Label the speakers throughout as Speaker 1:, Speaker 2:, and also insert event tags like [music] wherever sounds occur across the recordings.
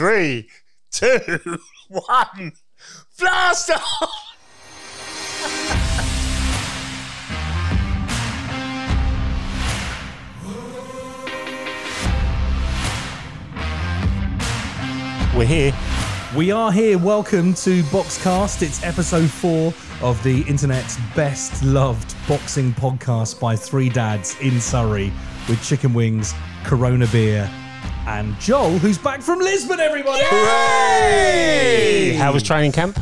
Speaker 1: three, two, [laughs] one. Blast off!
Speaker 2: We're here.
Speaker 3: We are here. Welcome to Boxcast. It's episode four of the internet's best loved boxing podcast by three dads in Surrey with chicken wings, Corona beer, and Joel, who's back from Lisbon, everybody.
Speaker 2: Hey, How was training camp?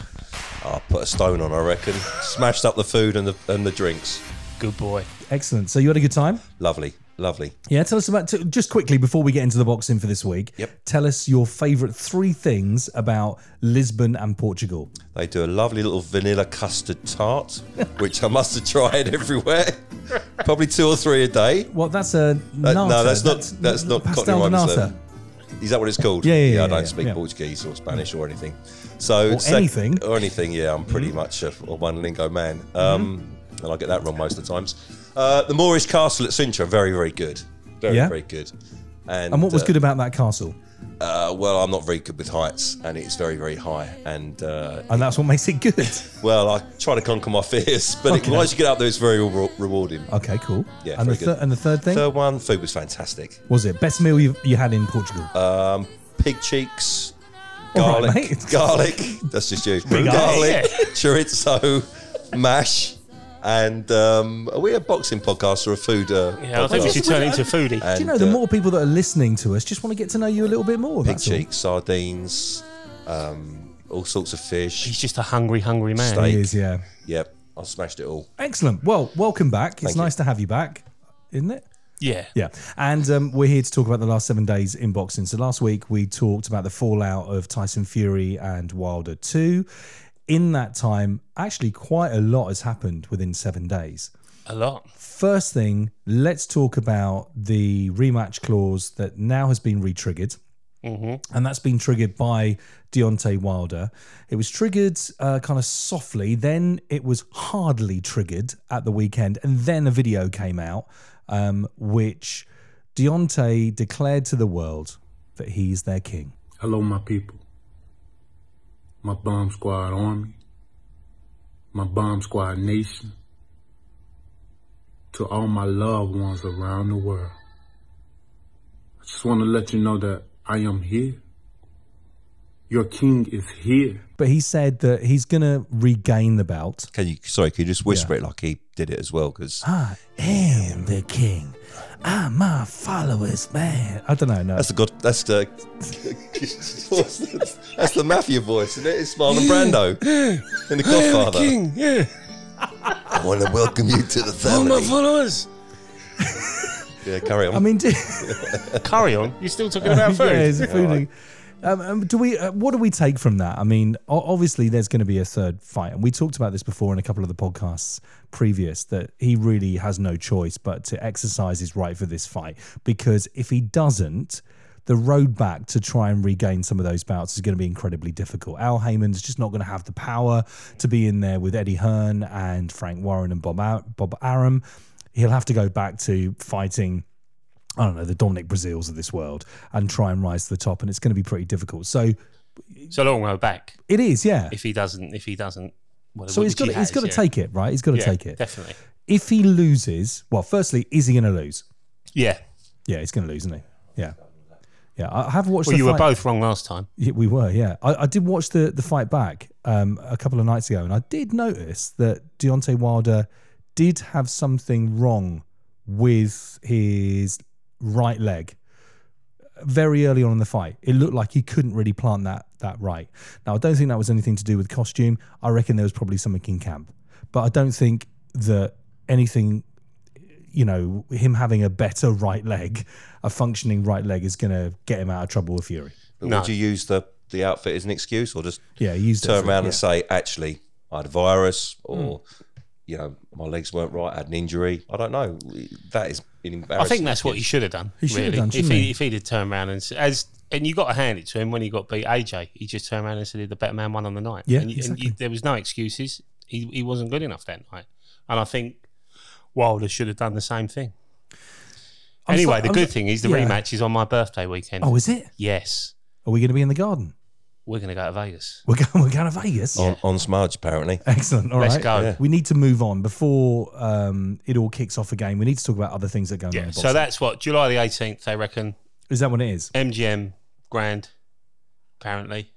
Speaker 4: I put a stone on, I reckon. Smashed up the food and the and the drinks.
Speaker 2: Good boy.
Speaker 3: Excellent. So, you had a good time?
Speaker 4: Lovely, lovely.
Speaker 3: Yeah, tell us about, t- just quickly before we get into the boxing for this week,
Speaker 4: Yep.
Speaker 3: tell us your favourite three things about Lisbon and Portugal.
Speaker 4: They do a lovely little vanilla custard tart, which I must have tried everywhere. Probably two or three a day.
Speaker 3: Well, that's a.
Speaker 4: Uh, no,
Speaker 3: nata.
Speaker 4: that's not- that's not
Speaker 3: pastel
Speaker 4: Cockney
Speaker 3: de nata.
Speaker 4: Rhymes, though. Is that what it's called?
Speaker 3: Yeah, yeah, yeah,
Speaker 4: I don't
Speaker 3: yeah,
Speaker 4: speak
Speaker 3: yeah.
Speaker 4: Portuguese or Spanish or anything. So
Speaker 3: Or anything. Mm-hmm.
Speaker 4: or anything. Yeah, I'm pretty much a, a one lingo man, um, and I get that wrong most of the times. Uh, the Moorish castle at Sintra, very, very good. Very,
Speaker 3: Yeah.
Speaker 4: very good. And,
Speaker 3: And what was
Speaker 4: uh,
Speaker 3: good about that castle?
Speaker 4: Uh, well, I'm not very good with heights, and it's very, very high. And uh,
Speaker 3: And that's what makes it
Speaker 4: [laughs]
Speaker 3: good.
Speaker 4: well, I try to conquer my [laughs] fears, but it,
Speaker 3: Okay.
Speaker 4: once you get up there, it's very re- rewarding.
Speaker 3: Okay, cool.
Speaker 4: Yeah,
Speaker 3: and the
Speaker 4: very good.
Speaker 3: thir- and the third thing
Speaker 4: Third one, food was fantastic.
Speaker 3: was it best meal you you had in Portugal?
Speaker 4: Pig cheeks,
Speaker 3: All right,
Speaker 4: garlic,
Speaker 3: mate.
Speaker 4: [laughs] garlic. That's just you.
Speaker 2: eye.
Speaker 4: garlic, chorizo, mash, and um, are we a boxing podcast or a food? Uh,
Speaker 2: Yeah, I think we
Speaker 4: podcast?
Speaker 2: should turn into a foodie.
Speaker 3: Do you
Speaker 4: And,
Speaker 3: know the
Speaker 4: uh,
Speaker 3: more people that are listening to us just want to get to know you a little bit more?
Speaker 4: pig
Speaker 3: that's all.
Speaker 4: cheeks, sardines, um, all sorts of fish.
Speaker 2: He's just a hungry, hungry man.
Speaker 4: Steak.
Speaker 3: It is, yeah.
Speaker 4: Yep, I smashed it all.
Speaker 3: Excellent. Well, welcome back. It's
Speaker 4: Thank you.
Speaker 3: nice to have you back, isn't it?
Speaker 2: Yeah.
Speaker 3: Yeah. And um, we're here to talk about the last seven days in boxing. So last week we talked about the fallout of Tyson Fury and Wilder 2. In that time, actually, quite a lot has happened within seven days.
Speaker 2: A lot.
Speaker 3: First thing, let's talk about the rematch clause that now has been retriggered. And that's been triggered by Deontay Wilder. It was triggered uh, kind of softly, then it was hardly triggered at the weekend. And then a video came out um, which Deontay declared to the world that he's their king.
Speaker 5: Hello, my people. My bomb squad army. My bomb squad nation. To all my loved ones around the world. I just want to let you know that I am here. Your king is here.
Speaker 3: But he said that he's going to regain the belt
Speaker 4: Can you? Sorry, can you just whisper it like he did it as well? Because
Speaker 3: I am the king. I'm my followers, man. I don't know. No.
Speaker 4: That's the God. That's the. that's the mafia voice, isn't it? It's Marlon Brando in The Godfather.
Speaker 2: yeah.
Speaker 4: I want to welcome you to the family.
Speaker 2: followers.
Speaker 4: Yeah, carry on.
Speaker 3: I mean, [laughs] do,
Speaker 2: Carry on. You're still talking about food.
Speaker 3: [laughs] yeah, it's a food league. Um, um, do we? Uh, what do we take from that? I mean, o- obviously, there's going to be a third fight, and we talked about this before in a couple of the podcasts previous that he really has no choice but to exercise his right for this fight because if he doesn't. The road back to try and regain some of those bouts is going to be incredibly difficult. Al Heyman's just not going to have the power to be in there with Eddie Hearn and Frank Warren and Bob, Ar- Bob Arum. He'll have to go back to fighting I don't know, the Dominic Brazils of this world and try and rise to the top. And it's going to be pretty difficult. So
Speaker 2: It's a long way back.
Speaker 3: it is, yeah.
Speaker 2: If he doesn't, if he doesn't, well,
Speaker 3: So he's
Speaker 2: which he
Speaker 3: got, to, he's
Speaker 2: has,
Speaker 3: got to
Speaker 2: yeah.
Speaker 3: take it, right? He's got to
Speaker 2: Yeah,
Speaker 3: take it.
Speaker 2: Definitely.
Speaker 3: If he loses, well, firstly, is he going to lose?
Speaker 2: Yeah.
Speaker 3: Yeah, he's going to lose, isn't he? Yeah. Yeah, I I have watched
Speaker 2: Well,
Speaker 3: the
Speaker 2: you
Speaker 3: fight.
Speaker 2: were both wrong last time.
Speaker 3: Yeah, we were, yeah. I, I did watch the, the fight back um, a couple of nights ago, and I did notice that Deontay Wilder did have something wrong with his right leg uh, very early on in the fight. It looked like he couldn't really plant that that right. Now, I don't think that was anything to do with costume. I reckon there was probably something in camp, but I don't think that anything you know him having a better right leg a functioning right leg is going to get him out of trouble with fury
Speaker 4: But
Speaker 2: No.
Speaker 4: Would you use the the outfit as an excuse, or just
Speaker 3: yeah, he used it
Speaker 4: turn
Speaker 3: for-
Speaker 4: around
Speaker 3: yeah. Hmm.
Speaker 4: and say, "Actually, I had a virus," or you know, my legs weren't right, I had an injury. I don't know. That is an
Speaker 2: I
Speaker 4: embarrassing.
Speaker 2: think that's what he should have done. He
Speaker 3: should have
Speaker 2: really.
Speaker 3: done,
Speaker 2: if
Speaker 3: shouldn't
Speaker 2: he,
Speaker 3: he?
Speaker 2: if he'd have turned around and s- as and you got to hand it to him when he got beat AJ, he just turned around and said the better man won on the night.
Speaker 3: Yeah,
Speaker 2: and, you- and
Speaker 3: exactly.
Speaker 2: you, there was no excuses. He he wasn't good enough that night, and I think Wilder should have done the same thing.
Speaker 3: I'm
Speaker 2: anyway,
Speaker 3: so-
Speaker 2: the
Speaker 3: I'm-
Speaker 2: good thing is the
Speaker 3: yeah.
Speaker 2: rematch is on my birthday weekend.
Speaker 3: Oh, is it?
Speaker 2: yes.
Speaker 3: Are we going to be in the garden? [laughs]
Speaker 2: We're going to go to Vegas.
Speaker 3: We're going, we're going to Vegas.
Speaker 4: on, on Smudge, apparently.
Speaker 3: Excellent. All right.
Speaker 2: Oh. Let's go.
Speaker 4: Yeah.
Speaker 3: We need to move on before um, it all kicks off again. We need to talk about other things that go on.
Speaker 2: Yeah.
Speaker 3: in
Speaker 2: So
Speaker 3: Boston.
Speaker 2: that's what July the 18th, they reckon.
Speaker 3: is that what it is?
Speaker 2: MGM Grand, apparently.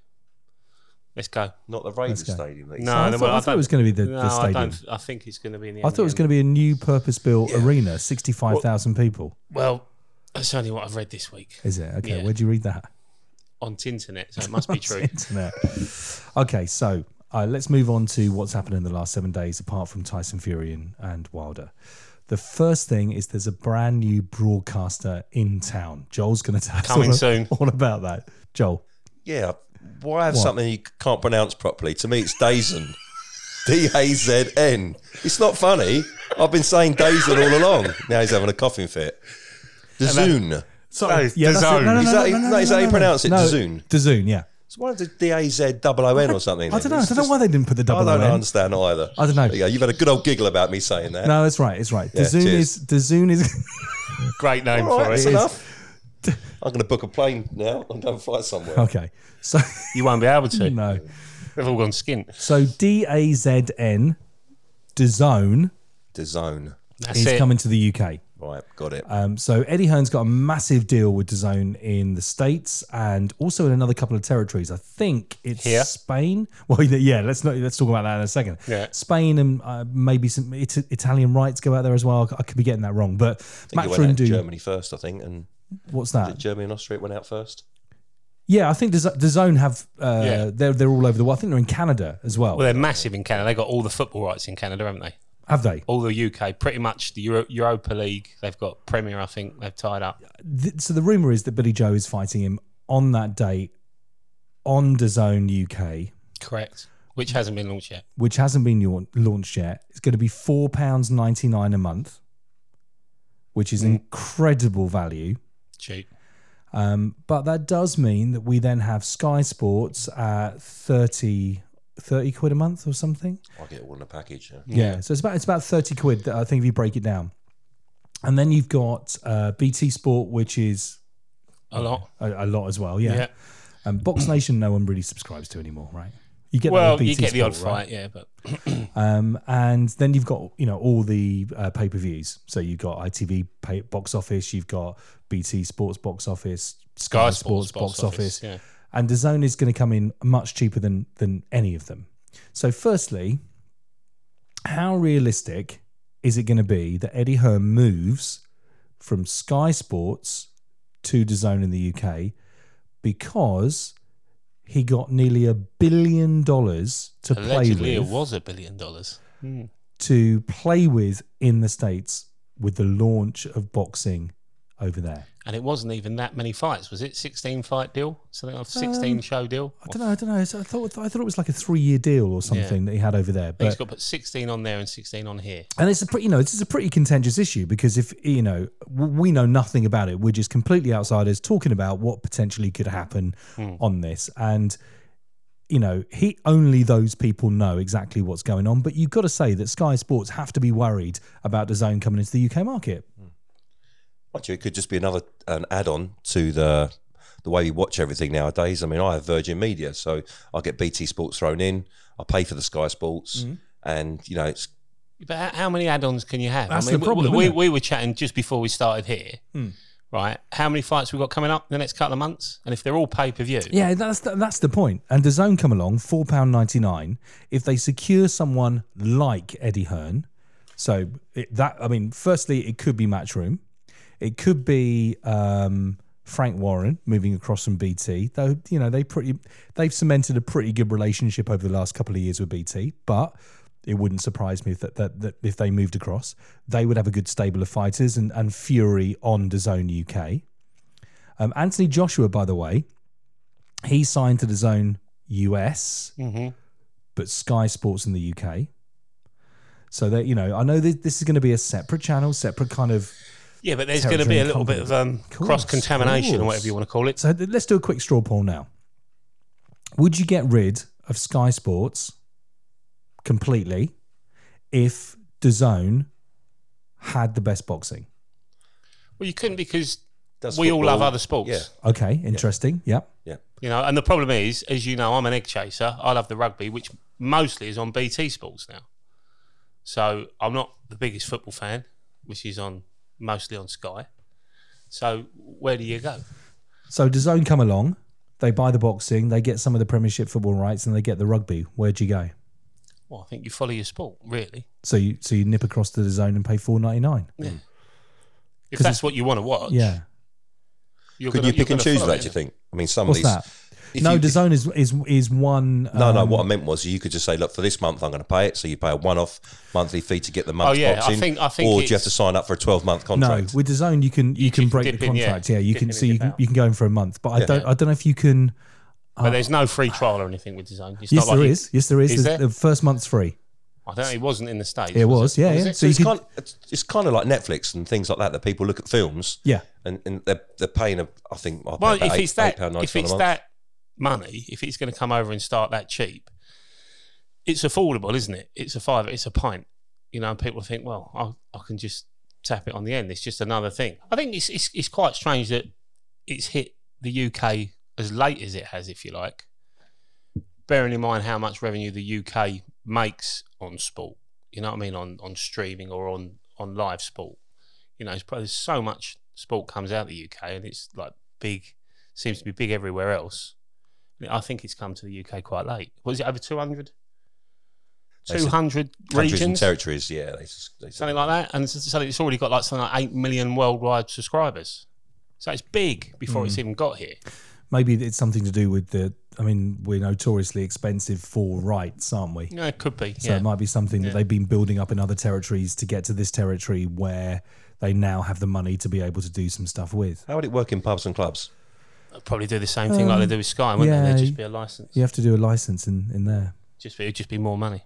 Speaker 2: Let's go.
Speaker 4: Not the Raiders
Speaker 3: go.
Speaker 4: Stadium. that he
Speaker 2: No,
Speaker 3: I
Speaker 2: there
Speaker 3: thought-
Speaker 2: were-
Speaker 3: I thought it was gonna be the-
Speaker 2: no,
Speaker 3: the
Speaker 2: I,
Speaker 3: stadium.
Speaker 2: don't, I think it's going to be in the
Speaker 3: I thought it was going to be a new purpose-built arena, sixty-five thousand people.
Speaker 2: to. Well, that's only what I've read this week
Speaker 3: Is it? Okay.
Speaker 2: Yeah.
Speaker 3: Where'd you read that?
Speaker 2: on Tinternet, so it must be true.
Speaker 3: Internet. okay, so uh, let's move on to what's happened in the last seven days, apart from Tyson Fury and, and Wilder. The first thing is there's a brand new broadcaster in town. Joel's going to tell us
Speaker 2: Coming
Speaker 3: all,
Speaker 2: soon.
Speaker 3: all about that. Joel,
Speaker 4: Yeah. Why have something you can't pronounce properly? To me, it's Dazen. [laughs] D A Z N. It's not funny. I've been saying Dazen all along. Now he's having a coughing fit. Dazoon.
Speaker 3: sorry,
Speaker 2: DAZN.
Speaker 3: No, no, no, no,
Speaker 4: Is that-
Speaker 3: no, no,
Speaker 4: is that- is
Speaker 3: no,
Speaker 4: that how you
Speaker 3: no,
Speaker 4: pronounce it?
Speaker 3: no.
Speaker 4: DAZN?
Speaker 3: DAZN, yeah.
Speaker 4: It's one of the D A Z double O N or something.
Speaker 3: I
Speaker 4: then.
Speaker 3: don't know. I
Speaker 4: It's
Speaker 3: don't know
Speaker 4: just-
Speaker 3: why they didn't put the
Speaker 4: I
Speaker 3: double
Speaker 4: don't
Speaker 3: O in.
Speaker 4: understand either.
Speaker 3: I don't know.
Speaker 4: There you go. You've had a good old giggle about me saying that.
Speaker 3: No, that's right. It's right.
Speaker 4: Yeah,
Speaker 3: DAZN
Speaker 4: cheers.
Speaker 3: is DAZN is [laughs]
Speaker 2: Great name
Speaker 4: All right,
Speaker 2: for it.
Speaker 4: that's enough. I'm going to book a plane now and go and fly somewhere.
Speaker 3: okay. So [laughs]
Speaker 2: You won't be able to.
Speaker 3: no.
Speaker 2: They've all gone skint.
Speaker 3: So D A Z N, DAZN
Speaker 4: DAZN.
Speaker 2: That's
Speaker 3: is
Speaker 2: it.
Speaker 3: coming to the UK.
Speaker 4: Right, got it.
Speaker 3: Um, so Eddie Hearn's got a massive deal with DAZN in the states and also in another couple of territories. I think it's
Speaker 2: Here?
Speaker 3: Spain. [laughs] Well, yeah, let's not let's talk about that in a second.
Speaker 2: Yeah.
Speaker 3: Spain and uh, maybe some it- Italian rights go out there as well. I could be getting that wrong, but
Speaker 4: I
Speaker 3: Matt
Speaker 4: think it went out to
Speaker 3: Frundu,
Speaker 4: Germany first, I think, and
Speaker 3: what's that?
Speaker 4: Germany and Austria went out first.
Speaker 3: Yeah, I think the Zone have uh,
Speaker 2: Yeah.
Speaker 3: they're they're all over the world. I think they're in Canada as well.
Speaker 2: well, they're massive in Canada. They've got all the football rights in Canada, haven't they?
Speaker 3: have they?
Speaker 2: All the UK, pretty much the Euro- Europa League. They've got Premier, I think. They've tied up.
Speaker 3: Th- so the rumor is that Billy Joe is fighting him on that date on Zone UK.
Speaker 2: Correct. Which hasn't been launched yet.
Speaker 3: which hasn't been yaun- launched yet, it's going to be four pounds ninety nine a month, which
Speaker 2: Mm.
Speaker 3: is incredible value.
Speaker 2: Cheap.
Speaker 3: Um, but that does mean that we then have Sky Sports at 30, 30 quid a month or something.
Speaker 4: I get it all in a package. Yeah.
Speaker 3: Yeah. So it's about it's about thirty quid. that I think if you break it down, and then you've got uh, BT Sport, which is
Speaker 2: A lot.
Speaker 3: a, a lot as well.
Speaker 2: Yeah.
Speaker 3: Yeah. And Box Nation, no one really subscribes to anymore, right? You get that with
Speaker 2: Well,
Speaker 3: BT
Speaker 2: you get the odd
Speaker 3: Sport, right?
Speaker 2: fight, yeah, but
Speaker 3: Um, and then you've got you know all the uh, pay per views. So you've got ITV pay- box office, you've got BT Sports box office, Sky, Sports, box, office,
Speaker 2: yeah.
Speaker 3: and DAZN is going to come in much cheaper than than any of them. So, firstly, how realistic is it going to be that Eddie Hearn moves from Sky Sports to DAZN in the UK because he got nearly a billion dollars to
Speaker 2: Allegedly,
Speaker 3: play
Speaker 2: it
Speaker 3: with
Speaker 2: was a billion dollars.
Speaker 3: to play with in the states with the launch of boxing over there.
Speaker 2: And it wasn't even that many fights, was it? 16 fight deal? Something like 16 show deal?
Speaker 3: Um, I don't know. I don't know. I thought I thought it was like a three-year deal or something that he had over there.
Speaker 2: He's
Speaker 3: But
Speaker 2: got to put 16 on there and 16 on here.
Speaker 3: and it's a pretty, you know, this is a pretty contentious issue because if you know w- we know nothing about it, we're just completely outsiders talking about what potentially could happen on this, and you know, he only those people know exactly what's going on. But you've got to say that Sky Sports have to be worried about the zone coming into the UK market.
Speaker 4: Mind you, it could just be another an add-on to the the way we watch everything nowadays. I mean, I have Virgin Media, so I get BT Sports thrown in. I pay for the Sky Sports,
Speaker 2: Mm-hmm.
Speaker 4: and you know, it's
Speaker 2: But how- how many add-ons can you have?
Speaker 3: That's the
Speaker 2: we-
Speaker 3: problem,
Speaker 2: We, we,
Speaker 3: isn't it? Hmm.
Speaker 2: we were chatting just before we started here, right? How many fights we got coming up in the next couple of months? And if they're all pay-per-view,
Speaker 3: Yeah, that's the, that's the point. And DAZN come along four pound ninety nine. If they secure someone like Eddie Hearn, so it, that I mean, firstly, it could be Matchroom, it could be um, Frank Warren moving across from BT. Though you know they pretty they've cemented a pretty good relationship over the last couple of years with BT, but. It wouldn't surprise me if that, that, that if they moved across, they would have a good stable of fighters and, and Fury on DAZN UK. Um, Anthony Joshua, by the way, he signed to the zone US, but Sky Sports in the UK. So that you know, I know this, this is going to be a separate channel, separate kind of.
Speaker 2: Yeah, but there's going to be a little bit of um,
Speaker 3: course,
Speaker 2: cross-contamination
Speaker 3: course.
Speaker 2: or whatever you want to call it.
Speaker 3: So th- let's do a quick straw poll now. Would you get rid of Sky Sports completely if DAZN had the best boxing?
Speaker 2: Well, you couldn't because
Speaker 4: does
Speaker 2: we all
Speaker 4: football.
Speaker 2: love other sports.
Speaker 4: Yeah,
Speaker 3: Okay, interesting. Yep.
Speaker 4: yeah.
Speaker 2: You know, and the problem is, as you know, I'm an egg chaser. I love the rugby, which mostly is on BT Sports now. So I'm not the biggest football fan, which is on mostly on Sky. So where do you go?
Speaker 3: So does Zone come along? They buy the boxing, they get some of the Premiership football rights, and they get the rugby. Where'd you go?
Speaker 2: Well, I think you follow your sport, really.
Speaker 3: So you so you nip across to the zone and pay four ninety nine.
Speaker 2: If that's what you want to watch,
Speaker 3: Yeah.
Speaker 2: You're
Speaker 4: Could
Speaker 2: gonna,
Speaker 4: you pick
Speaker 2: you're
Speaker 4: and
Speaker 2: gonna
Speaker 4: choose
Speaker 2: follow
Speaker 4: that?
Speaker 2: it.
Speaker 4: Do you think? I mean, some
Speaker 3: What's
Speaker 4: of these.
Speaker 3: that?
Speaker 4: if
Speaker 3: No,
Speaker 4: you-
Speaker 3: the zone is is is one.
Speaker 4: No,
Speaker 3: um,
Speaker 4: no. What I meant was you could just say, look, for this month, I'm going to pay it. So you pay a one-off monthly fee to get the month's
Speaker 2: Oh, yeah, I
Speaker 4: boxing,
Speaker 2: think- I think
Speaker 4: or do
Speaker 2: it's-
Speaker 4: you have to sign up for a 12-month
Speaker 3: No,
Speaker 4: contract?
Speaker 3: with the zone you can you, can
Speaker 2: can
Speaker 3: break
Speaker 2: dip
Speaker 3: the
Speaker 2: in, yeah.
Speaker 3: contract. yeah. you
Speaker 2: Dip
Speaker 3: can
Speaker 2: in
Speaker 3: so
Speaker 2: and
Speaker 3: you
Speaker 2: dip
Speaker 3: can,
Speaker 2: out.
Speaker 3: you can go in for a month, but I don't I don't know if you can.
Speaker 2: But there's no free trial or anything with design. It's
Speaker 3: Yes,
Speaker 2: not
Speaker 3: there
Speaker 2: like
Speaker 3: is. Yes, there is.
Speaker 2: Is
Speaker 3: There's-
Speaker 2: there?
Speaker 3: The first month's free.
Speaker 2: I don't know. It wasn't in the states.
Speaker 3: It was. Yeah, yeah.
Speaker 2: Was it?
Speaker 3: So you
Speaker 4: it's,
Speaker 3: can.
Speaker 4: kind of, it's, it's kind of like Netflix and things like that. That people look at films,
Speaker 3: Yeah.
Speaker 4: and, and they're, they're paying. A, I think. I pay
Speaker 2: Well,
Speaker 4: about
Speaker 2: if
Speaker 4: eight-
Speaker 2: it's that,
Speaker 4: £8.99
Speaker 2: if
Speaker 4: a
Speaker 2: it's
Speaker 4: month.
Speaker 2: that money, if it's going to come over and start that cheap, it's affordable, isn't it? It's a five, it's a pint. You know, and people think, well, I, I can just tap it on the end. It's just another thing. I think it's, it's it's quite strange that it's hit the UK as late as it has, if you like. Bearing in mind how much revenue the UK makes on sport, you know what I mean, on on streaming or on on live sport. You know, it's probably, there's so much sport comes out of the UK, and it's like big seems to be big everywhere else. I think it's come to the UK quite late. Was it over 200?
Speaker 4: They said
Speaker 2: 200
Speaker 4: countries and
Speaker 2: regions?
Speaker 4: territories. Yeah, they, s- they said-
Speaker 2: Something like that. And so it's already got like something like 8 million worldwide subscribers. So it's big before
Speaker 3: Mm.
Speaker 2: it's even got here.
Speaker 3: Maybe it's something to do with the. I mean, we're notoriously expensive for rights, aren't we?
Speaker 2: Yeah, it could be.
Speaker 3: So
Speaker 2: yeah.
Speaker 3: it might be something that they've been building up in other territories to get to this territory where they now have the money to be able to do some stuff with.
Speaker 4: How would it work in pubs and clubs?
Speaker 2: They'd probably do the same thing like they do with Sky, wouldn't
Speaker 3: Um, yeah,
Speaker 2: they? There'd
Speaker 3: you-
Speaker 2: just be a license.
Speaker 3: You have to do a license in in there.
Speaker 2: Just be, it'd just be more money.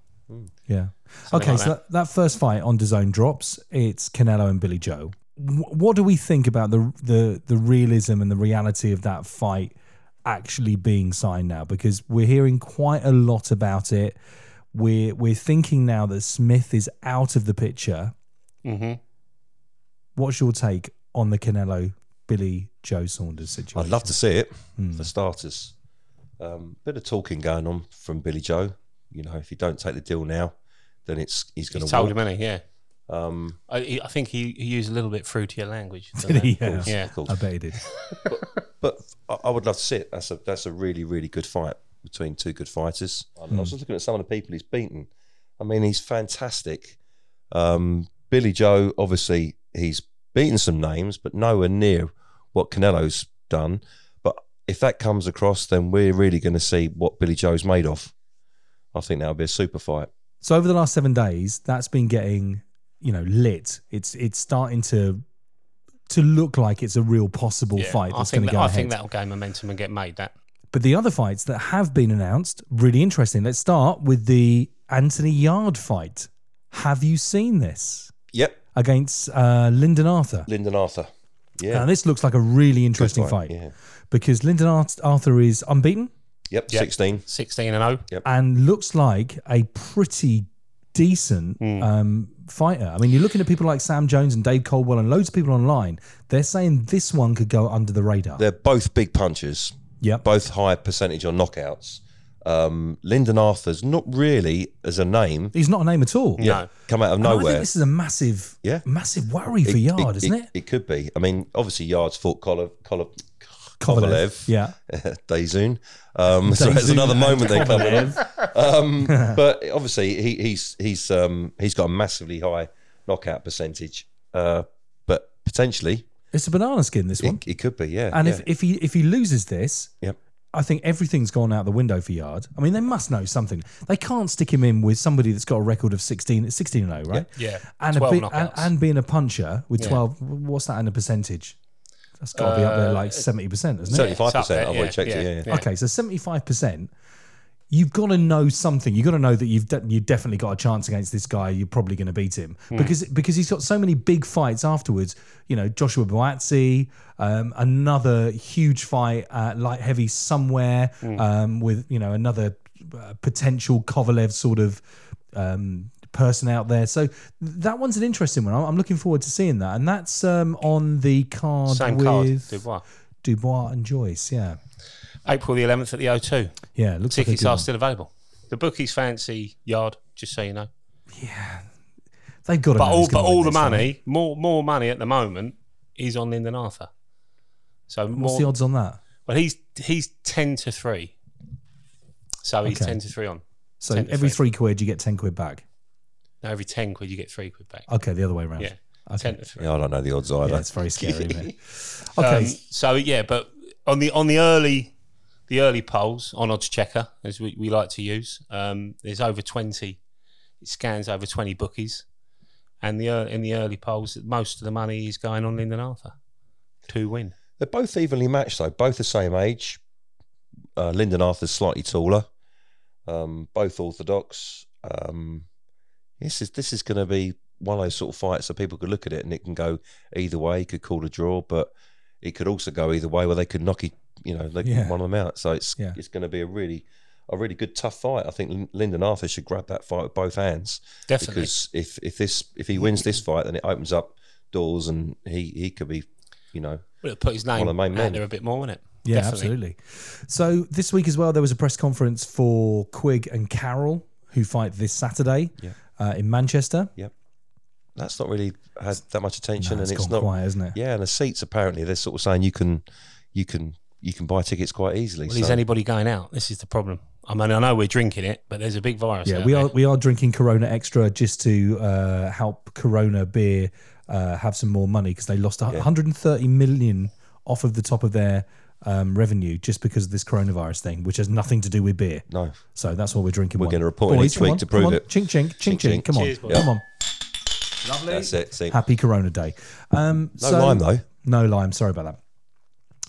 Speaker 3: Yeah. okay,
Speaker 2: like
Speaker 3: so that. that first fight on DAZN drops. It's Canelo and Billy Joe. Wh- What do we think about the the the realism and the reality of that fight actually being signed now? Because we're hearing quite a lot about it. We're we're thinking now that Smith is out of the picture.
Speaker 2: hmm
Speaker 3: What's your take on the Canelo Billy Joe Saunders
Speaker 4: I'd
Speaker 3: situation?
Speaker 4: love to see it for starters. Um, bit of talking going on from Billy Joe. You know, if you don't take the deal now, then it's he's going
Speaker 2: He's
Speaker 4: to
Speaker 2: told
Speaker 4: walk.
Speaker 2: him, any, yeah.
Speaker 4: Um,
Speaker 2: I, he- I think he, he used a little bit fruitier
Speaker 3: [laughs]
Speaker 2: language. than
Speaker 3: Did he?
Speaker 2: that.
Speaker 3: Yeah.
Speaker 2: Yeah.
Speaker 4: cool.
Speaker 3: I bet he did.
Speaker 4: But I, I would love to see it. That's a that's a really really good fight between two good fighters. I was just looking at some of the people he's beaten. I mean, he's fantastic. Um, Billy Joe, obviously, he's beaten some names, but nowhere near what Canelo's done. But if that comes across, then we're really going to see what Billy Joe's made of. I think that would be a super fight.
Speaker 3: So over the last seven days, that's been getting, you know, lit. It's it's starting to to look like it's a real possible
Speaker 2: Yeah.
Speaker 3: fight
Speaker 2: I
Speaker 3: that's
Speaker 2: think,
Speaker 3: going to
Speaker 2: that,
Speaker 3: go
Speaker 2: I
Speaker 3: ahead.
Speaker 2: think that'll gain momentum and get made. That
Speaker 3: But the other fights that have been announced, really interesting. Let's start with the Anthony Yard fight. Have you seen this
Speaker 4: Yep,
Speaker 3: against uh, Lyndon Arthur?
Speaker 4: Lyndon Arthur.
Speaker 3: Now
Speaker 4: Yeah,
Speaker 3: this looks like a really interesting fight,
Speaker 4: yeah.
Speaker 3: because Lyndon Ar- Arthur is unbeaten
Speaker 4: Yep,
Speaker 2: Yep.
Speaker 4: sixteen.
Speaker 2: 16 and oh? 0.
Speaker 3: and looks like a pretty decent
Speaker 4: Hmm.
Speaker 3: um, fighter. I mean, you're looking at people like Sam Jones and Dave Caldwell and loads of people online. They're saying this one could go under the radar.
Speaker 4: They're both big punches.
Speaker 3: Yep.
Speaker 4: both high percentage on knockouts. Um, Lyndon Arthur's not really as a name
Speaker 3: He's not a name at all.
Speaker 2: No.
Speaker 4: come out of
Speaker 3: And Oh, I think
Speaker 4: nowhere.
Speaker 3: this is a massive,
Speaker 4: Yeah.
Speaker 3: massive worry for Yard,
Speaker 4: it,
Speaker 3: isn't it?
Speaker 4: It could be. I mean, obviously, Yards fought Kolov, Kolov, Kovalev.
Speaker 3: Yeah.
Speaker 4: [laughs] Dayzoon. Um, so it's
Speaker 3: Dayzoon
Speaker 4: another
Speaker 3: and
Speaker 4: moment they come
Speaker 3: [laughs]
Speaker 4: in. [laughs]
Speaker 3: Kovalev.
Speaker 4: Um, but obviously, he, he's he's um, he's got a massively high knockout percentage. Uh, but potentially,
Speaker 3: It's a banana skin. This one.
Speaker 4: it, it could be. Yeah.
Speaker 3: And
Speaker 4: yeah.
Speaker 3: if, if he if he loses this,
Speaker 4: Yep.
Speaker 3: I think everything's gone out the window for Yard. I mean, they must know something. They can't stick him in with somebody that's got a record of 16, 16 and 0, right?
Speaker 2: Yeah.
Speaker 3: And, a
Speaker 2: 12
Speaker 3: bit, and,
Speaker 2: knockouts.
Speaker 3: and being a puncher with 12, what's that in a percentage? That's got to be
Speaker 2: Uh,
Speaker 3: up there like 70%, isn't it?
Speaker 4: seventy-five percent,
Speaker 2: Yeah,
Speaker 4: I've
Speaker 2: yeah,
Speaker 4: already checked
Speaker 2: yeah,
Speaker 4: it. Yeah, yeah.
Speaker 2: yeah.
Speaker 3: Okay, so 75%. You've got to know something. You've got to know that you've de- you definitely got a chance against this guy. You're probably going to beat him
Speaker 2: Hmm.
Speaker 3: because because he's got so many big fights afterwards. You know, Joshua Boatzi, um, another huge fight at light heavy somewhere
Speaker 2: Hmm.
Speaker 3: um, with you know another uh, potential Kovalev sort of um, person out there. So that one's an interesting one. I'm I'm looking forward to seeing that. And that's um, on the card
Speaker 2: Same card,
Speaker 3: with
Speaker 2: Dubois.
Speaker 3: Dubois and Joyce. Yeah.
Speaker 2: April the 11th at the O2.
Speaker 3: Yeah. it Looks like a
Speaker 2: Tickets
Speaker 3: good
Speaker 2: are
Speaker 3: one.
Speaker 2: still available. The bookies fancy yard, just so you know.
Speaker 3: They've got to
Speaker 2: But
Speaker 3: know
Speaker 2: all
Speaker 3: who's
Speaker 2: but
Speaker 3: gonna win
Speaker 2: all the
Speaker 3: this, haven't
Speaker 2: money, more more money at the moment is on Lyndon Arthur. So
Speaker 3: they? What's
Speaker 2: more
Speaker 3: the odds on that?
Speaker 2: well he's he's ten to three. So he's
Speaker 3: Okay.
Speaker 2: ten to three on.
Speaker 3: So
Speaker 2: 10 to
Speaker 3: every
Speaker 2: 3.
Speaker 3: three quid, you get 10 quid back.
Speaker 2: Now every ten quid you get three quid back.
Speaker 3: Okay. The other way around.
Speaker 2: yeah.
Speaker 3: Okay.
Speaker 2: Ten to three.
Speaker 4: Yeah, I don't know the odds either.
Speaker 3: Yeah, it's very scary, isn't it? Okay.
Speaker 2: [laughs] Um, so yeah, but on the on the early the early polls on odds checker, as we, we like to use, um, there's over twenty. It scans over twenty bookies, and the ear- in the early polls, most of the money is going on Lyndon Arthur to win.
Speaker 4: They're both evenly matched, though. Both the same age. Uh, Lyndon Arthur's slightly taller. Um, both orthodox. Um, this is this is going to be one of those sort of fights that people could look at it and it can go either way. You could call a draw, but it could also go either way where they could knock it, you know, they could
Speaker 3: Yeah.
Speaker 4: one of them out. So it's
Speaker 3: Yeah.
Speaker 4: it's going to be a really a really good tough fight. I think Lyn- Lyndon Arthur should grab that fight with both hands
Speaker 2: Definitely,
Speaker 4: because if if this if he wins this fight, then it opens up doors and he he could be, you know.
Speaker 2: Well, it'll put his name
Speaker 4: Well, my
Speaker 2: out
Speaker 4: men.
Speaker 2: there a bit more, wouldn't it?
Speaker 3: Yeah,
Speaker 2: Definitely.
Speaker 3: absolutely. So this week as well, there was a press conference for Quig and Carroll, who fight this Saturday
Speaker 4: Yeah.
Speaker 3: uh, in Manchester.
Speaker 4: that's not really had that much attention,
Speaker 3: Nah, it's
Speaker 4: and it's
Speaker 3: gone
Speaker 4: not.
Speaker 3: quiet, isn't it?
Speaker 4: Yeah, and the seats apparently they're sort of saying you can, you can, you can buy tickets quite easily.
Speaker 2: Well, is
Speaker 4: so-
Speaker 2: anybody going out? This is the problem. I mean, I know we're drinking it, but there's a big virus.
Speaker 3: Yeah,
Speaker 2: out
Speaker 3: we
Speaker 2: there.
Speaker 3: are we are drinking Corona Extra just to uh, help Corona beer uh, have some more money because they lost a 130 million off of the top of their um, revenue just because of this coronavirus thing, which has nothing to do with beer.
Speaker 4: no,
Speaker 3: So that's what we're drinking.
Speaker 4: We're
Speaker 3: one.
Speaker 4: gonna report it
Speaker 3: Boys,
Speaker 4: next
Speaker 3: come
Speaker 4: week
Speaker 3: on,
Speaker 4: to
Speaker 3: come
Speaker 4: prove
Speaker 3: on.
Speaker 4: it.
Speaker 3: Chink chink chink
Speaker 4: Chink,
Speaker 3: chink.
Speaker 4: chink.
Speaker 3: Come on,
Speaker 2: Cheers, boys.
Speaker 3: come on.
Speaker 4: that's it. See,
Speaker 3: Happy Corona Day. Um,
Speaker 4: no lime though.
Speaker 3: No lime. Sorry about that.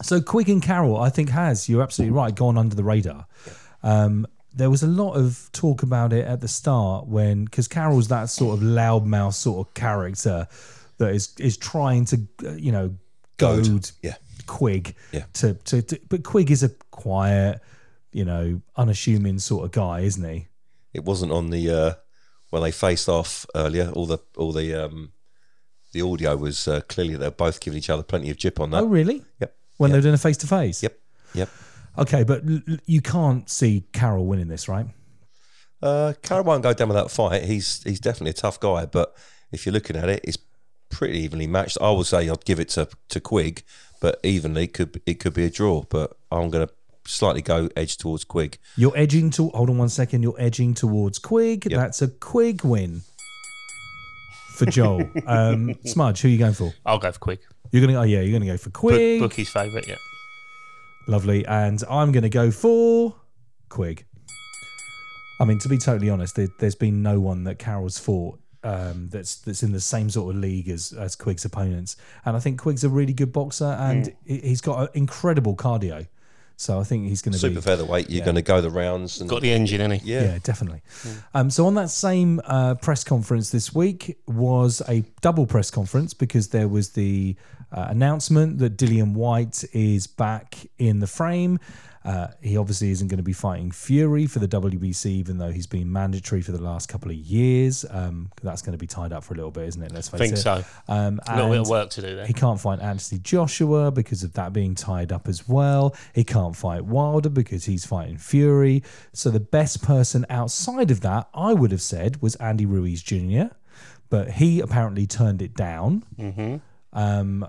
Speaker 3: So Quig and Carroll, I think, has you're absolutely right. Gone under the radar. Um, there was a lot of talk about it at the start when because Carroll's that sort of loudmouth sort of character that is is trying to uh, you know goad
Speaker 4: Yeah,
Speaker 3: Quig
Speaker 4: Yeah.
Speaker 3: to, to to but Quig is a quiet you know unassuming sort of guy, isn't he?
Speaker 4: it wasn't on the uh, when they faced off earlier. All the all the um, the audio was uh, clearly they're both giving each other plenty of jip on that.
Speaker 3: Oh really?
Speaker 4: Yep,
Speaker 3: When they're doing a face to face.
Speaker 4: yep, yep.
Speaker 3: Okay, but l- l- you can't see Carroll winning this, right?
Speaker 4: Uh, Carroll won't go down without a fight. He's he's definitely a tough guy, but if you're looking at it, it's pretty evenly matched. I would say I'd give it to to Quig, but evenly could it could be a draw. But I'm going to slightly go edge towards Quig.
Speaker 3: You're edging to hold on one second. You're edging towards Quig. That's a Quig win for
Speaker 2: [laughs]
Speaker 3: Joel. um, Smudge, who are you going for?
Speaker 2: I'll go for quick.
Speaker 3: You're gonna oh yeah, you're gonna go for
Speaker 2: Book,
Speaker 3: Quig.
Speaker 2: bookie's favourite. Yeah.
Speaker 3: Lovely, and I'm gonna go for Quig. I mean, to be totally honest, there, there's been no one that Carroll's fought um, that's that's in the same sort of league as as Quig's opponents, and I think Quig's a really good boxer, and
Speaker 2: Hmm.
Speaker 3: he- he's got an incredible cardio. So I think he's going to
Speaker 4: Super
Speaker 3: be
Speaker 4: featherweight, you're going to go the rounds. And,
Speaker 2: Got the engine, any?
Speaker 4: yeah,
Speaker 3: Yeah, definitely. Um, so on that same uh, press conference this week was a double press conference because there was the uh, announcement that Dillian White is back in the frame. Uh, he obviously isn't going to be fighting Fury for the WBC, even though he's been mandatory for the last couple of years. Um, that's going to be tied up for a little bit, isn't it? Let's face
Speaker 2: Think
Speaker 3: it.
Speaker 2: so.
Speaker 3: Um,
Speaker 2: A little bit
Speaker 3: and-
Speaker 2: of work to do there.
Speaker 3: he can't fight Anthony Joshua because of that being tied up as well. He can't fight Wilder because he's fighting Fury. So the best person outside of that, I would have said, was Andy Ruiz Jr., but he apparently turned it down. Um,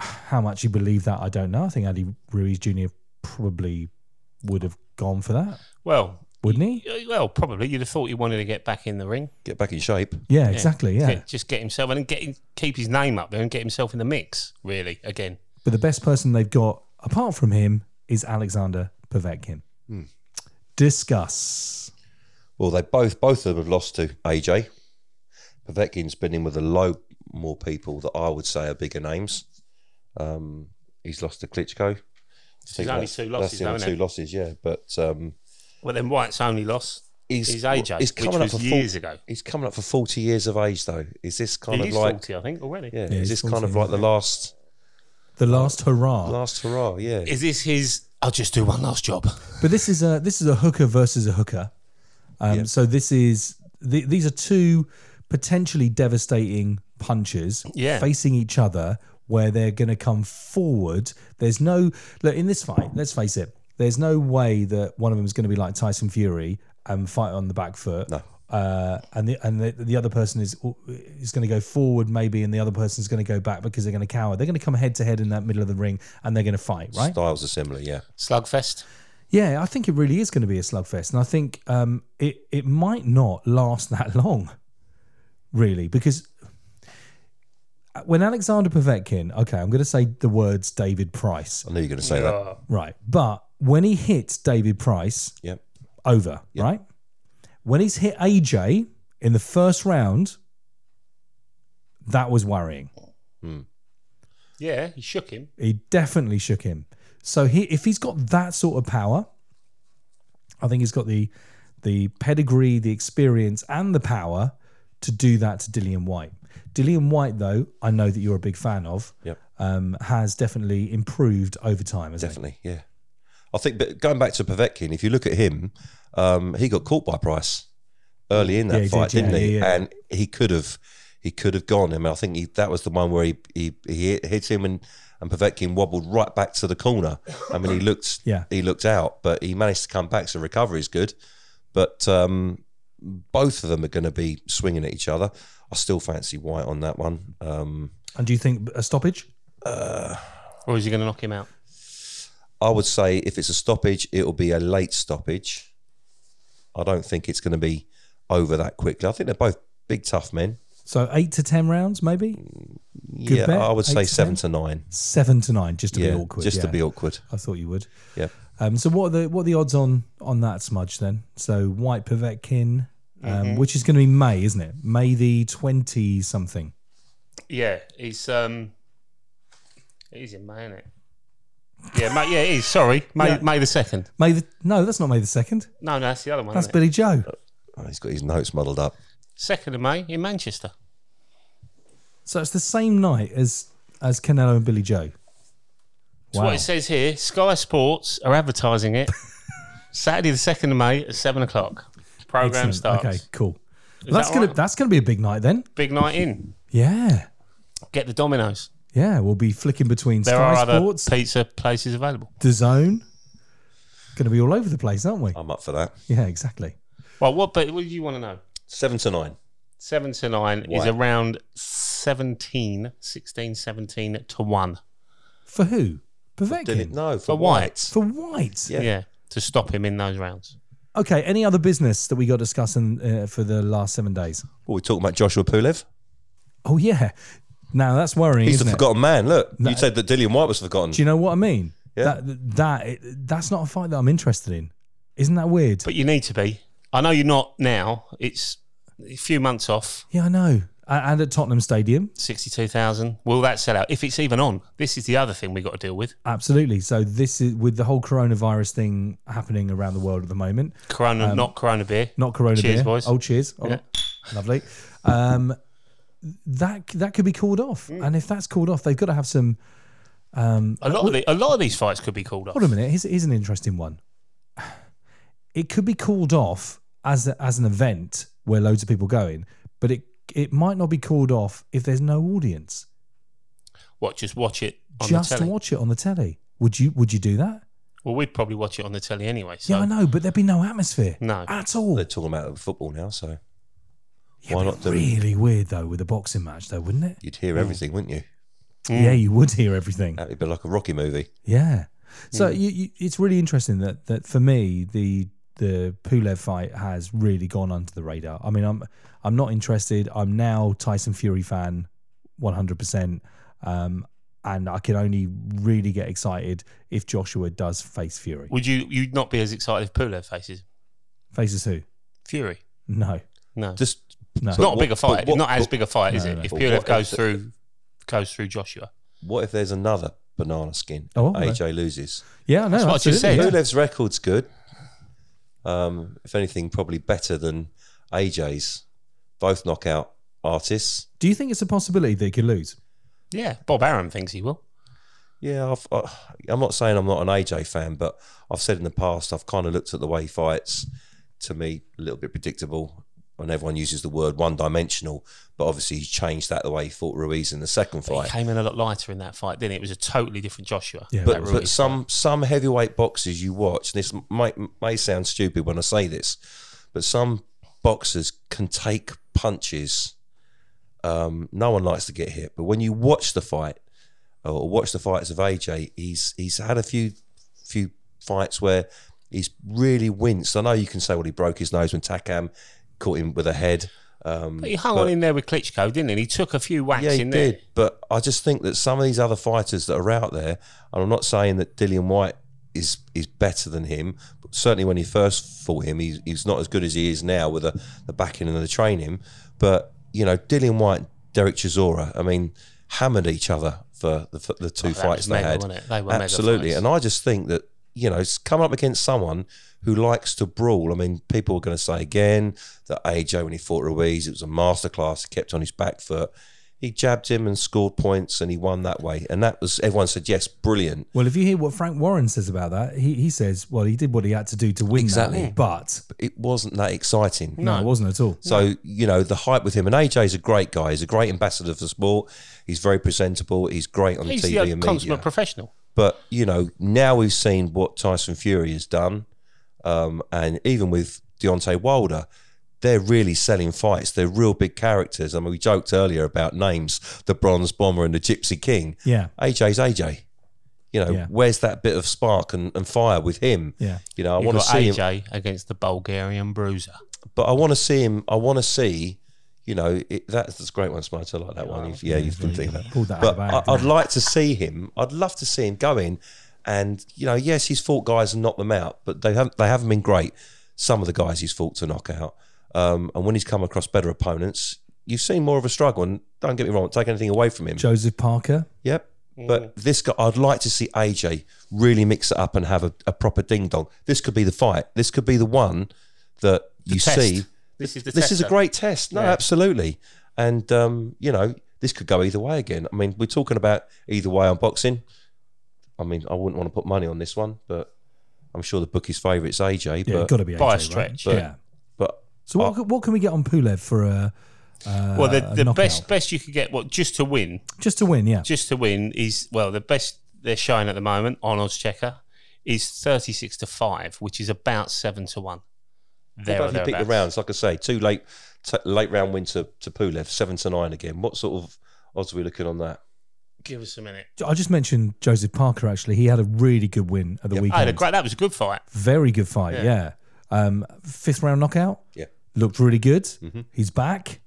Speaker 3: how much you believe that, I don't know. I think Andy Ruiz Jr. probably would have gone for that,
Speaker 2: Well,
Speaker 3: wouldn't he?
Speaker 2: y- well, probably you'd have thought he wanted to get back in the ring.
Speaker 4: get back in shape.
Speaker 3: Yeah, exactly. Yeah.
Speaker 2: Get- just get himself and get him, keep his name up there and get himself in the mix. Really, again,
Speaker 3: But the best person they've got apart from him is Alexander Povetkin. Discuss.
Speaker 4: Well, they both both of them have lost to AJ. Povetkin's been in with a load more people that I would say are bigger names. Um, he's lost to Klitschko.
Speaker 2: his only two
Speaker 4: That's
Speaker 2: losses,
Speaker 4: the only
Speaker 2: haven't
Speaker 4: two
Speaker 2: it?
Speaker 4: losses, yeah. But um,
Speaker 2: Well, then White's only loss
Speaker 4: he's,
Speaker 2: is AJ,
Speaker 4: he's
Speaker 2: which
Speaker 4: coming up
Speaker 2: was
Speaker 4: for fort-
Speaker 2: years ago.
Speaker 4: He's coming up for forty years of age, though. Is this kind
Speaker 2: He
Speaker 4: of
Speaker 2: is
Speaker 4: like,
Speaker 2: forty, I think, already.
Speaker 4: yeah,
Speaker 3: he's
Speaker 4: Is this kind
Speaker 3: 40,
Speaker 4: of like the last,
Speaker 3: The last hurrah.
Speaker 4: last hurrah? Yeah,
Speaker 2: Is this his? I'll just do one last job.
Speaker 3: But this is a this is a hooker versus a hooker. Um, So this is th- these are two potentially devastating punches
Speaker 2: Yeah.
Speaker 3: facing each other where they're going to come forward. There's no look in this fight. Let's face it. There's no way that one of them is going to be like Tyson Fury and fight on the back foot. No. Uh, and the and the, the other person is is going to go forward maybe, and the other person is going to go back because they're going to cower. They're going to come head to head in that middle of the ring, and they're going to fight, right?
Speaker 4: Styles are similar, yeah.
Speaker 2: Slugfest.
Speaker 3: Yeah, I think it really is going to be a slugfest, and I think um, it it might not last that [laughs] long, really, because uh, when Alexander Povetkin, okay, I'm going to say the words David Price,
Speaker 4: I knew you were going to say that.
Speaker 3: right? But when he hits David Price,
Speaker 4: Yeah.
Speaker 3: over, right? When he's hit AJ in the first round, that was worrying.
Speaker 2: Yeah, he shook him.
Speaker 3: He definitely shook him. So he, if he's got that sort of power, I think he's got the the pedigree, the experience, and the power to do that to Dillian White. Dillian White, though, I know that you're a big fan of,
Speaker 4: Yep.
Speaker 3: um, has definitely improved over time, hasn't
Speaker 4: Definitely, yeah. I think, but going back to Povetkin, if you look at him, um, he got caught by Price early in
Speaker 3: Yeah,
Speaker 4: that
Speaker 3: he
Speaker 4: fight,
Speaker 3: did, yeah,
Speaker 4: did, not he?
Speaker 3: yeah, yeah.
Speaker 4: And he could have, he could have gone. I mean, I think he, that was the one where he he, he hit, hit him and and Povetkin wobbled right back to the corner. I mean,
Speaker 3: [laughs]
Speaker 4: he looked,
Speaker 3: Yeah.
Speaker 4: he looked out, but he managed to come back. So recovery is good, but um, both of them are going to be swinging at each other. I still fancy White on that one. Um,
Speaker 3: he? And do you think a stoppage?
Speaker 2: Or is he going to knock him out?
Speaker 4: I would say if it's a stoppage, it'll be a late stoppage. I don't think it's going to be over that quickly. I think they're both big, tough men.
Speaker 3: So eight to ten rounds, maybe Good
Speaker 4: yeah,
Speaker 3: bet.
Speaker 4: I would say
Speaker 3: Eight to
Speaker 4: seven
Speaker 3: ten?
Speaker 4: to nine.
Speaker 3: seven to nine, just to
Speaker 4: Yeah,
Speaker 3: be awkward.
Speaker 4: just to
Speaker 3: yeah.
Speaker 4: be awkward.
Speaker 3: I thought you would.
Speaker 4: Yeah,
Speaker 3: Um, so what are the what are the odds on on that smudge then? So White Povetkin, um,
Speaker 2: Mm-hmm.
Speaker 3: which is going to be May, isn't it? May the twenty something.
Speaker 2: Yeah, he's um, he's in May, is it? Yeah, May, yeah, it is. Sorry, May,
Speaker 3: Yeah.
Speaker 2: May the second.
Speaker 3: May the no, that's not May the second.
Speaker 2: No, no, that's the other one.
Speaker 3: That's
Speaker 2: isn't it?
Speaker 3: Billy Joe.
Speaker 4: oh, he's got his notes muddled up.
Speaker 2: Second of May in Manchester.
Speaker 3: So it's the same night as as Canelo and Billy Joe.
Speaker 2: It's what it says here. Sky Sports are advertising
Speaker 3: [laughs]
Speaker 2: it. Saturday the second of May at seven o'clock. Program
Speaker 3: Excellent.
Speaker 2: starts.
Speaker 3: Okay, cool. that's
Speaker 2: that
Speaker 3: gonna
Speaker 2: right?
Speaker 3: that's gonna be a big night then.
Speaker 2: Big night in.
Speaker 3: Yeah,
Speaker 2: Get the Dominoes.
Speaker 3: yeah. We'll be flicking between
Speaker 2: There
Speaker 3: Sky
Speaker 2: are other
Speaker 3: Sports,
Speaker 2: pizza places available.
Speaker 3: the Zone. Going to be all over the place, aren't
Speaker 2: Oh.
Speaker 3: we?
Speaker 4: I'm up for that.
Speaker 3: Yeah, exactly.
Speaker 2: Well, what? But what do you want to know?
Speaker 4: Seven to nine.
Speaker 2: Seven to nine is
Speaker 4: Why?
Speaker 2: around 17, 16, 17 to one.
Speaker 3: For who?
Speaker 4: Did it?
Speaker 3: Povetkin.
Speaker 4: No,
Speaker 2: For
Speaker 4: for
Speaker 2: White.
Speaker 4: White.
Speaker 3: For White.
Speaker 4: Yeah.
Speaker 2: yeah, to stop him in those rounds.
Speaker 3: Okay, any other business that we got discussing uh, for the last seven days?
Speaker 4: Well, we're talking about Joshua Pulev.
Speaker 3: Oh yeah, now that's worrying.
Speaker 4: He's
Speaker 3: isn't
Speaker 4: the
Speaker 3: it?
Speaker 4: forgotten man. Look, you said that Dillian White was forgotten.
Speaker 3: Do you know what I mean?
Speaker 4: Yeah.
Speaker 3: That that that's not a fight that I'm interested in. Isn't that weird?
Speaker 2: But you need to be. I know you're not now. It's a few months off,
Speaker 3: yeah, I know. A- And at Tottenham Stadium,
Speaker 2: 62,000. Will that sell out? If it's even on, this is the other thing we've got to deal with.
Speaker 3: absolutely. So this is with the whole coronavirus thing happening around the world at the moment.
Speaker 4: Um,
Speaker 2: Corona, not Corona beer.
Speaker 3: Not Corona
Speaker 2: Cheers,
Speaker 3: beer.
Speaker 2: boys.
Speaker 3: Oh, cheers. Oh, Lovely. Um, that that could be called off, and if that's called off, they've got to have some.
Speaker 2: a, lot of the, a lot of these fights could be called off.
Speaker 3: Hold on a minute. Here's, here's an interesting one. It could be called off as a, as an event where loads of people go in, but it it might not be called off if there's no audience.
Speaker 2: What, just watch it on the
Speaker 3: Just
Speaker 2: telly?
Speaker 3: watch it on the telly. Would you Would you do that?
Speaker 2: Well, we'd probably watch it on the telly anyway. So.
Speaker 3: Yeah, I know, but there'd be no atmosphere.
Speaker 2: No.
Speaker 3: at all.
Speaker 4: They're talking about football now, so
Speaker 3: Yeah,
Speaker 4: why
Speaker 3: but
Speaker 4: not do it?
Speaker 3: Really weird though with a boxing match though, wouldn't it?
Speaker 4: You'd hear everything, wouldn't you?
Speaker 2: Mm.
Speaker 3: Yeah, you would hear everything.
Speaker 4: That'd be like a Rocky movie.
Speaker 3: Yeah. So you, you, it's really interesting that that for me the the Pulev fight has really gone under the radar. I mean, I'm I'm not interested. I'm now Tyson Fury fan, 100. percent Um, and I can only really get excited if Joshua does face Fury.
Speaker 2: Would you you'd not be as excited if Pulev faces
Speaker 3: Faces who?
Speaker 2: Fury?
Speaker 3: No.
Speaker 2: No, it's
Speaker 4: Just
Speaker 3: No.
Speaker 4: but
Speaker 2: not a bigger
Speaker 4: what-
Speaker 2: fight.
Speaker 4: but what-
Speaker 2: not as
Speaker 4: but-
Speaker 2: big a fight, is
Speaker 3: No,
Speaker 2: it?
Speaker 3: no.
Speaker 2: If
Speaker 4: But
Speaker 2: Pulev
Speaker 4: what-
Speaker 2: goes through goes through Joshua,
Speaker 4: What if there's another banana skin?
Speaker 3: Oh,
Speaker 4: AJ loses.
Speaker 3: Yeah, no.
Speaker 2: That's what I just
Speaker 3: absolutely,
Speaker 2: said.
Speaker 3: yeah.
Speaker 4: Pulev's record's good. Um, if anything, probably better than AJ's. Both knockout artists.
Speaker 3: Do you think it's a possibility that he could lose?
Speaker 2: yeah, Bob Arum thinks he will.
Speaker 4: Yeah, I've, I, I'm not saying I'm not an AJ fan, but I've said in the past I've kind of looked at the way he fights. To me, a little bit predictable. when everyone uses the word one dimensional, but obviously he changed that the way he fought Ruiz in the second
Speaker 2: He
Speaker 4: fight.
Speaker 2: came in a lot lighter in that fight, didn't he? It was a totally different Joshua.
Speaker 3: Yeah.
Speaker 2: that
Speaker 4: But,
Speaker 2: Ruiz
Speaker 4: but
Speaker 2: fight.
Speaker 4: some some heavyweight boxers you watch, and this might may sound stupid when I say this, but some boxers can take punches. Um, no one likes to get hit, but when you watch the fight or watch the fights of AJ, he's he's had a few few fights where he's really winced. I know you can say well he broke his nose when Takam caught him with a head. Um,
Speaker 2: But he hung
Speaker 4: but-
Speaker 2: on in there with Klitschko, didn't he? And he took a few whacks
Speaker 4: yeah, he
Speaker 2: in there.
Speaker 4: did. But I just think that some of these other fighters that are out there, and I'm not saying that Dillian White is is better than him. But certainly, when he first fought him, he's, he's not as good as he is now with the, the backing and the training. But you know, Dillian White, and Derek Chisora, I mean, hammered each other for the, for the two
Speaker 2: that
Speaker 4: fights
Speaker 2: was
Speaker 4: they
Speaker 2: mega,
Speaker 4: had.
Speaker 2: wasn't it? They were mega
Speaker 4: Absolutely,
Speaker 2: fights.
Speaker 4: and I just think that you know, it's coming up against someone who likes to brawl. I mean, people are going to say again that AJ, when he fought Ruiz, it was a masterclass. He kept on his back foot. He jabbed him and scored points, and he won that way. And that was everyone said, yes, brilliant.
Speaker 3: Well, if you hear what Frank Warren says about that, he, he says, well, he did what he had to do to win.
Speaker 4: Exactly.
Speaker 3: That, but
Speaker 4: But it wasn't that exciting.
Speaker 3: no, it wasn't at all.
Speaker 4: So you know the hype with him, and AJ's a great guy. He's a great ambassador for sport. He's very presentable. He's great on
Speaker 2: He's
Speaker 4: TV
Speaker 2: the
Speaker 4: and
Speaker 2: consummate
Speaker 4: media.
Speaker 2: professional.
Speaker 4: But you know, now we've seen what Tyson Fury has done, um, and even with Deontay Wilder, they're really selling fights. They're real big characters. I mean, we joked earlier about names: the Bronze Bomber and the Gypsy King.
Speaker 3: Yeah.
Speaker 4: AJ's AJ. You know,
Speaker 3: Yeah.
Speaker 4: where's that bit of spark and, and fire with him?
Speaker 3: Yeah.
Speaker 4: You know, I
Speaker 2: You've
Speaker 4: want to
Speaker 2: got
Speaker 4: see him
Speaker 2: AJ against the Bulgarian bruiser.
Speaker 4: but I want to see him. I want to see, you know, it, that's, that's a great one, Smart. I like that one. You've, yeah, you've been thinking that.
Speaker 3: Pulled that out of
Speaker 4: But
Speaker 3: the bag,
Speaker 4: I, I'd
Speaker 3: didn't
Speaker 4: like to see him. I'd love to see him go in, and you know, yes, he's fought guys and knocked them out, but they haven't. They haven't been great. Some of the guys he's fought to knock out, um, and when he's come across better opponents, you've seen more of a struggle. And don't get me wrong, take anything away from him.
Speaker 3: Joseph Parker.
Speaker 4: Yep. But this guy, I'd like to see AJ really mix it up and have a, a proper ding dong. This could be the fight. This could be the one that you
Speaker 2: test.
Speaker 4: see
Speaker 2: This is the
Speaker 4: this is a
Speaker 2: tester.
Speaker 4: great test. No, absolutely. And um, you know, this could go either way again. I mean, we're talking about either way on boxing. I mean, I wouldn't want to put money on this one, but I'm sure the bookie's favourite's AJ.
Speaker 3: Yeah,
Speaker 4: but Oh.
Speaker 3: got to be AJ,
Speaker 2: by a
Speaker 3: right?
Speaker 2: stretch,
Speaker 3: yeah.
Speaker 4: yeah. but
Speaker 3: So what, what can we get on Pulev for a uh,
Speaker 2: well, the,
Speaker 3: a
Speaker 2: the
Speaker 3: knockout?
Speaker 2: best best you could get, what just to win,
Speaker 3: just to win? Yeah,
Speaker 2: just to win is well, the best they're showing at the moment on odds checker is thirty six to five, which is about seven to one. There
Speaker 4: but
Speaker 2: or
Speaker 4: if you pick the
Speaker 2: thereabouts.
Speaker 4: rounds, like I say, two late t- late round win to, to Pulev, seven to nine again. What sort of odds are we looking on that?
Speaker 2: Give us a minute.
Speaker 3: I just mentioned Joseph Parker. Actually, he had a really good win at
Speaker 2: I
Speaker 3: the
Speaker 2: had a
Speaker 3: weekend.
Speaker 2: Oh, great. That was a good fight.
Speaker 3: Very good fight. Yeah, Um, fifth round knockout.
Speaker 4: Yeah.
Speaker 3: looked really good.
Speaker 4: Mm-hmm.
Speaker 3: He's back.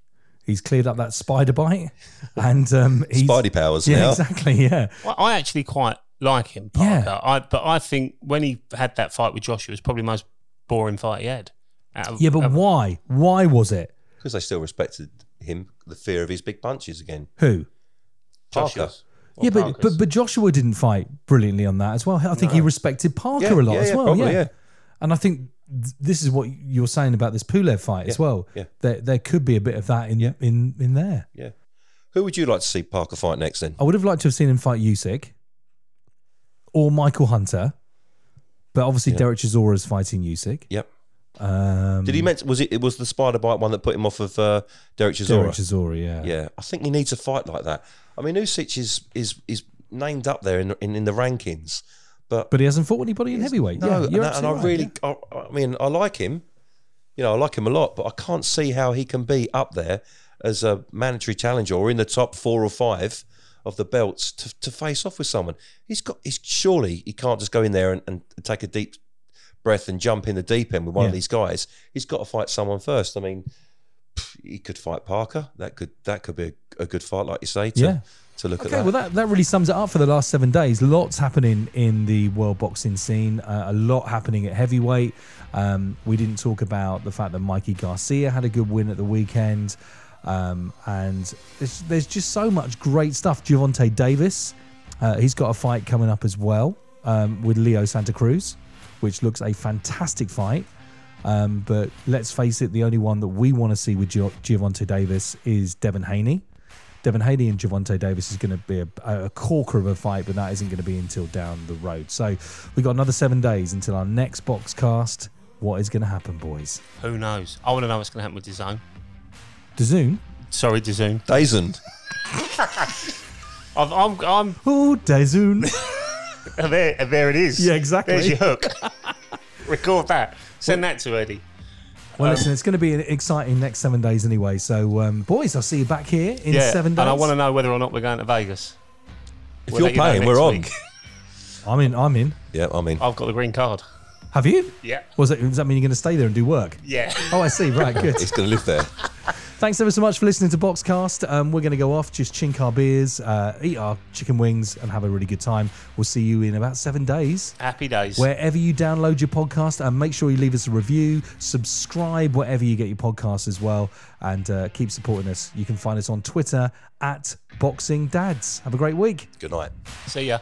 Speaker 3: He's cleared up that spider bite, and um, he's,
Speaker 4: [laughs] Spidey powers
Speaker 3: Yeah,
Speaker 4: now.
Speaker 3: exactly. Yeah,
Speaker 2: I, I actually quite like him,
Speaker 3: Yeah.
Speaker 2: Parker. I, but I think when he had that fight with Joshua, it was probably the most boring fight he had. Out of-
Speaker 3: yeah. But
Speaker 2: out of-
Speaker 3: why? Why was it?
Speaker 4: Because they still respected him, the fear of his big punches again.
Speaker 3: Who?
Speaker 4: Parker.
Speaker 2: Joshua's.
Speaker 3: Yeah, but, but but Joshua didn't fight brilliantly on that as well. I think he respected Parker a lot
Speaker 4: yeah,
Speaker 3: as
Speaker 4: yeah,
Speaker 3: well.
Speaker 4: probably,
Speaker 3: yeah.
Speaker 4: yeah.
Speaker 3: and I think th- this is what you're saying about this Pulev fight as well.
Speaker 4: yeah.
Speaker 3: There, there could be a bit of that in in in there.
Speaker 4: Yeah. Who would you like to see Parker fight next then?
Speaker 3: I would have liked to have seen him fight Usyk or Michael Hunter, but obviously Derek Chisora's fighting Usyk.
Speaker 4: Yep.
Speaker 3: Um,
Speaker 4: Did he meant was it? It was the spider bite one that put him off of uh, Derek Chisora.
Speaker 3: Derek Chisora, yeah.
Speaker 4: Yeah, I think he needs a fight like that. I mean, Usyk is is is named up there in in, in the rankings, but,
Speaker 3: But he hasn't fought anybody in heavyweight.
Speaker 4: no,
Speaker 3: yeah,
Speaker 4: and,
Speaker 3: you're
Speaker 4: that- and I
Speaker 3: absolutely right,
Speaker 4: really,
Speaker 3: yeah.
Speaker 4: I, I mean, I like him. You know, I like him a lot, but I can't see how he can be up there as a mandatory challenger or in the top four or five of the belts to, to face off with someone. He's got. He's surely he can't just go in there and, and take a deep breath and jump in the deep end with one of
Speaker 3: Yeah.
Speaker 4: these guys. He's got to fight someone first. I mean, pff, he could fight Parker. That could that could be a, a good fight, like you say. To,
Speaker 3: Yeah.
Speaker 4: To look
Speaker 3: Okay,
Speaker 4: at that.
Speaker 3: well, that, that really sums it up for the last seven days. Lots happening in the world boxing scene, uh, a lot happening at heavyweight. Um, we didn't talk about the fact that Mikey Garcia had a good win at the weekend. Um, and there's, there's just so much great stuff. Javante Davis, uh, he's got a fight coming up as well um, with Leo Santa Cruz, which looks a fantastic fight. Um, but let's face it, the only one that we want to see with Gio- Giovante Davis is Devin Haney. Devin Haney and Javante Davis is going to be a, a corker of a fight, but that isn't going to be until down the road. So we've got another seven days until our next box cast. What is going to happen, boys?
Speaker 2: Who knows? I want to know what's going to happen with DAZN.
Speaker 3: Dazoon?
Speaker 2: Sorry, DAZN.
Speaker 4: Dazen.
Speaker 2: I've, I'm, I'm
Speaker 3: Oh,
Speaker 2: [laughs]
Speaker 3: Dazoon.
Speaker 2: there. There it is.
Speaker 3: Yeah, exactly.
Speaker 2: There's your
Speaker 3: [laughs]
Speaker 2: hook. Record that. Send that to Eddie.
Speaker 3: Well, listen, it's going to be an exciting next seven days anyway. So, um, boys, I'll see you back here in
Speaker 2: yeah,
Speaker 3: seven
Speaker 2: and
Speaker 3: days.
Speaker 2: I want to know whether or not we're going to Vegas.
Speaker 4: If
Speaker 2: We'll
Speaker 4: you're
Speaker 2: let you know
Speaker 4: paying,
Speaker 2: next
Speaker 4: we're on.
Speaker 2: week.
Speaker 3: I'm in. I'm in.
Speaker 4: Yeah,
Speaker 2: [laughs]
Speaker 4: I mean,
Speaker 2: I've got the green card.
Speaker 3: Have you?
Speaker 2: Yeah.
Speaker 3: Was that, does that mean you're going to stay there and do work?
Speaker 2: Yeah.
Speaker 3: Oh, I see.
Speaker 2: [laughs]
Speaker 3: Right, good.
Speaker 4: he's going to live there.
Speaker 3: Thanks ever so much for listening to Boxcast. Um, we're going to go off, just chink our beers, uh, eat our chicken wings, and have a really good time. We'll see you in about seven days.
Speaker 2: Happy days.
Speaker 3: Wherever you download your podcast, and make sure you leave us a review, subscribe wherever you get your podcast as well, and uh, keep supporting us. You can find us on Twitter at Boxing Dads. Have a great week.
Speaker 4: Good night.
Speaker 2: See ya.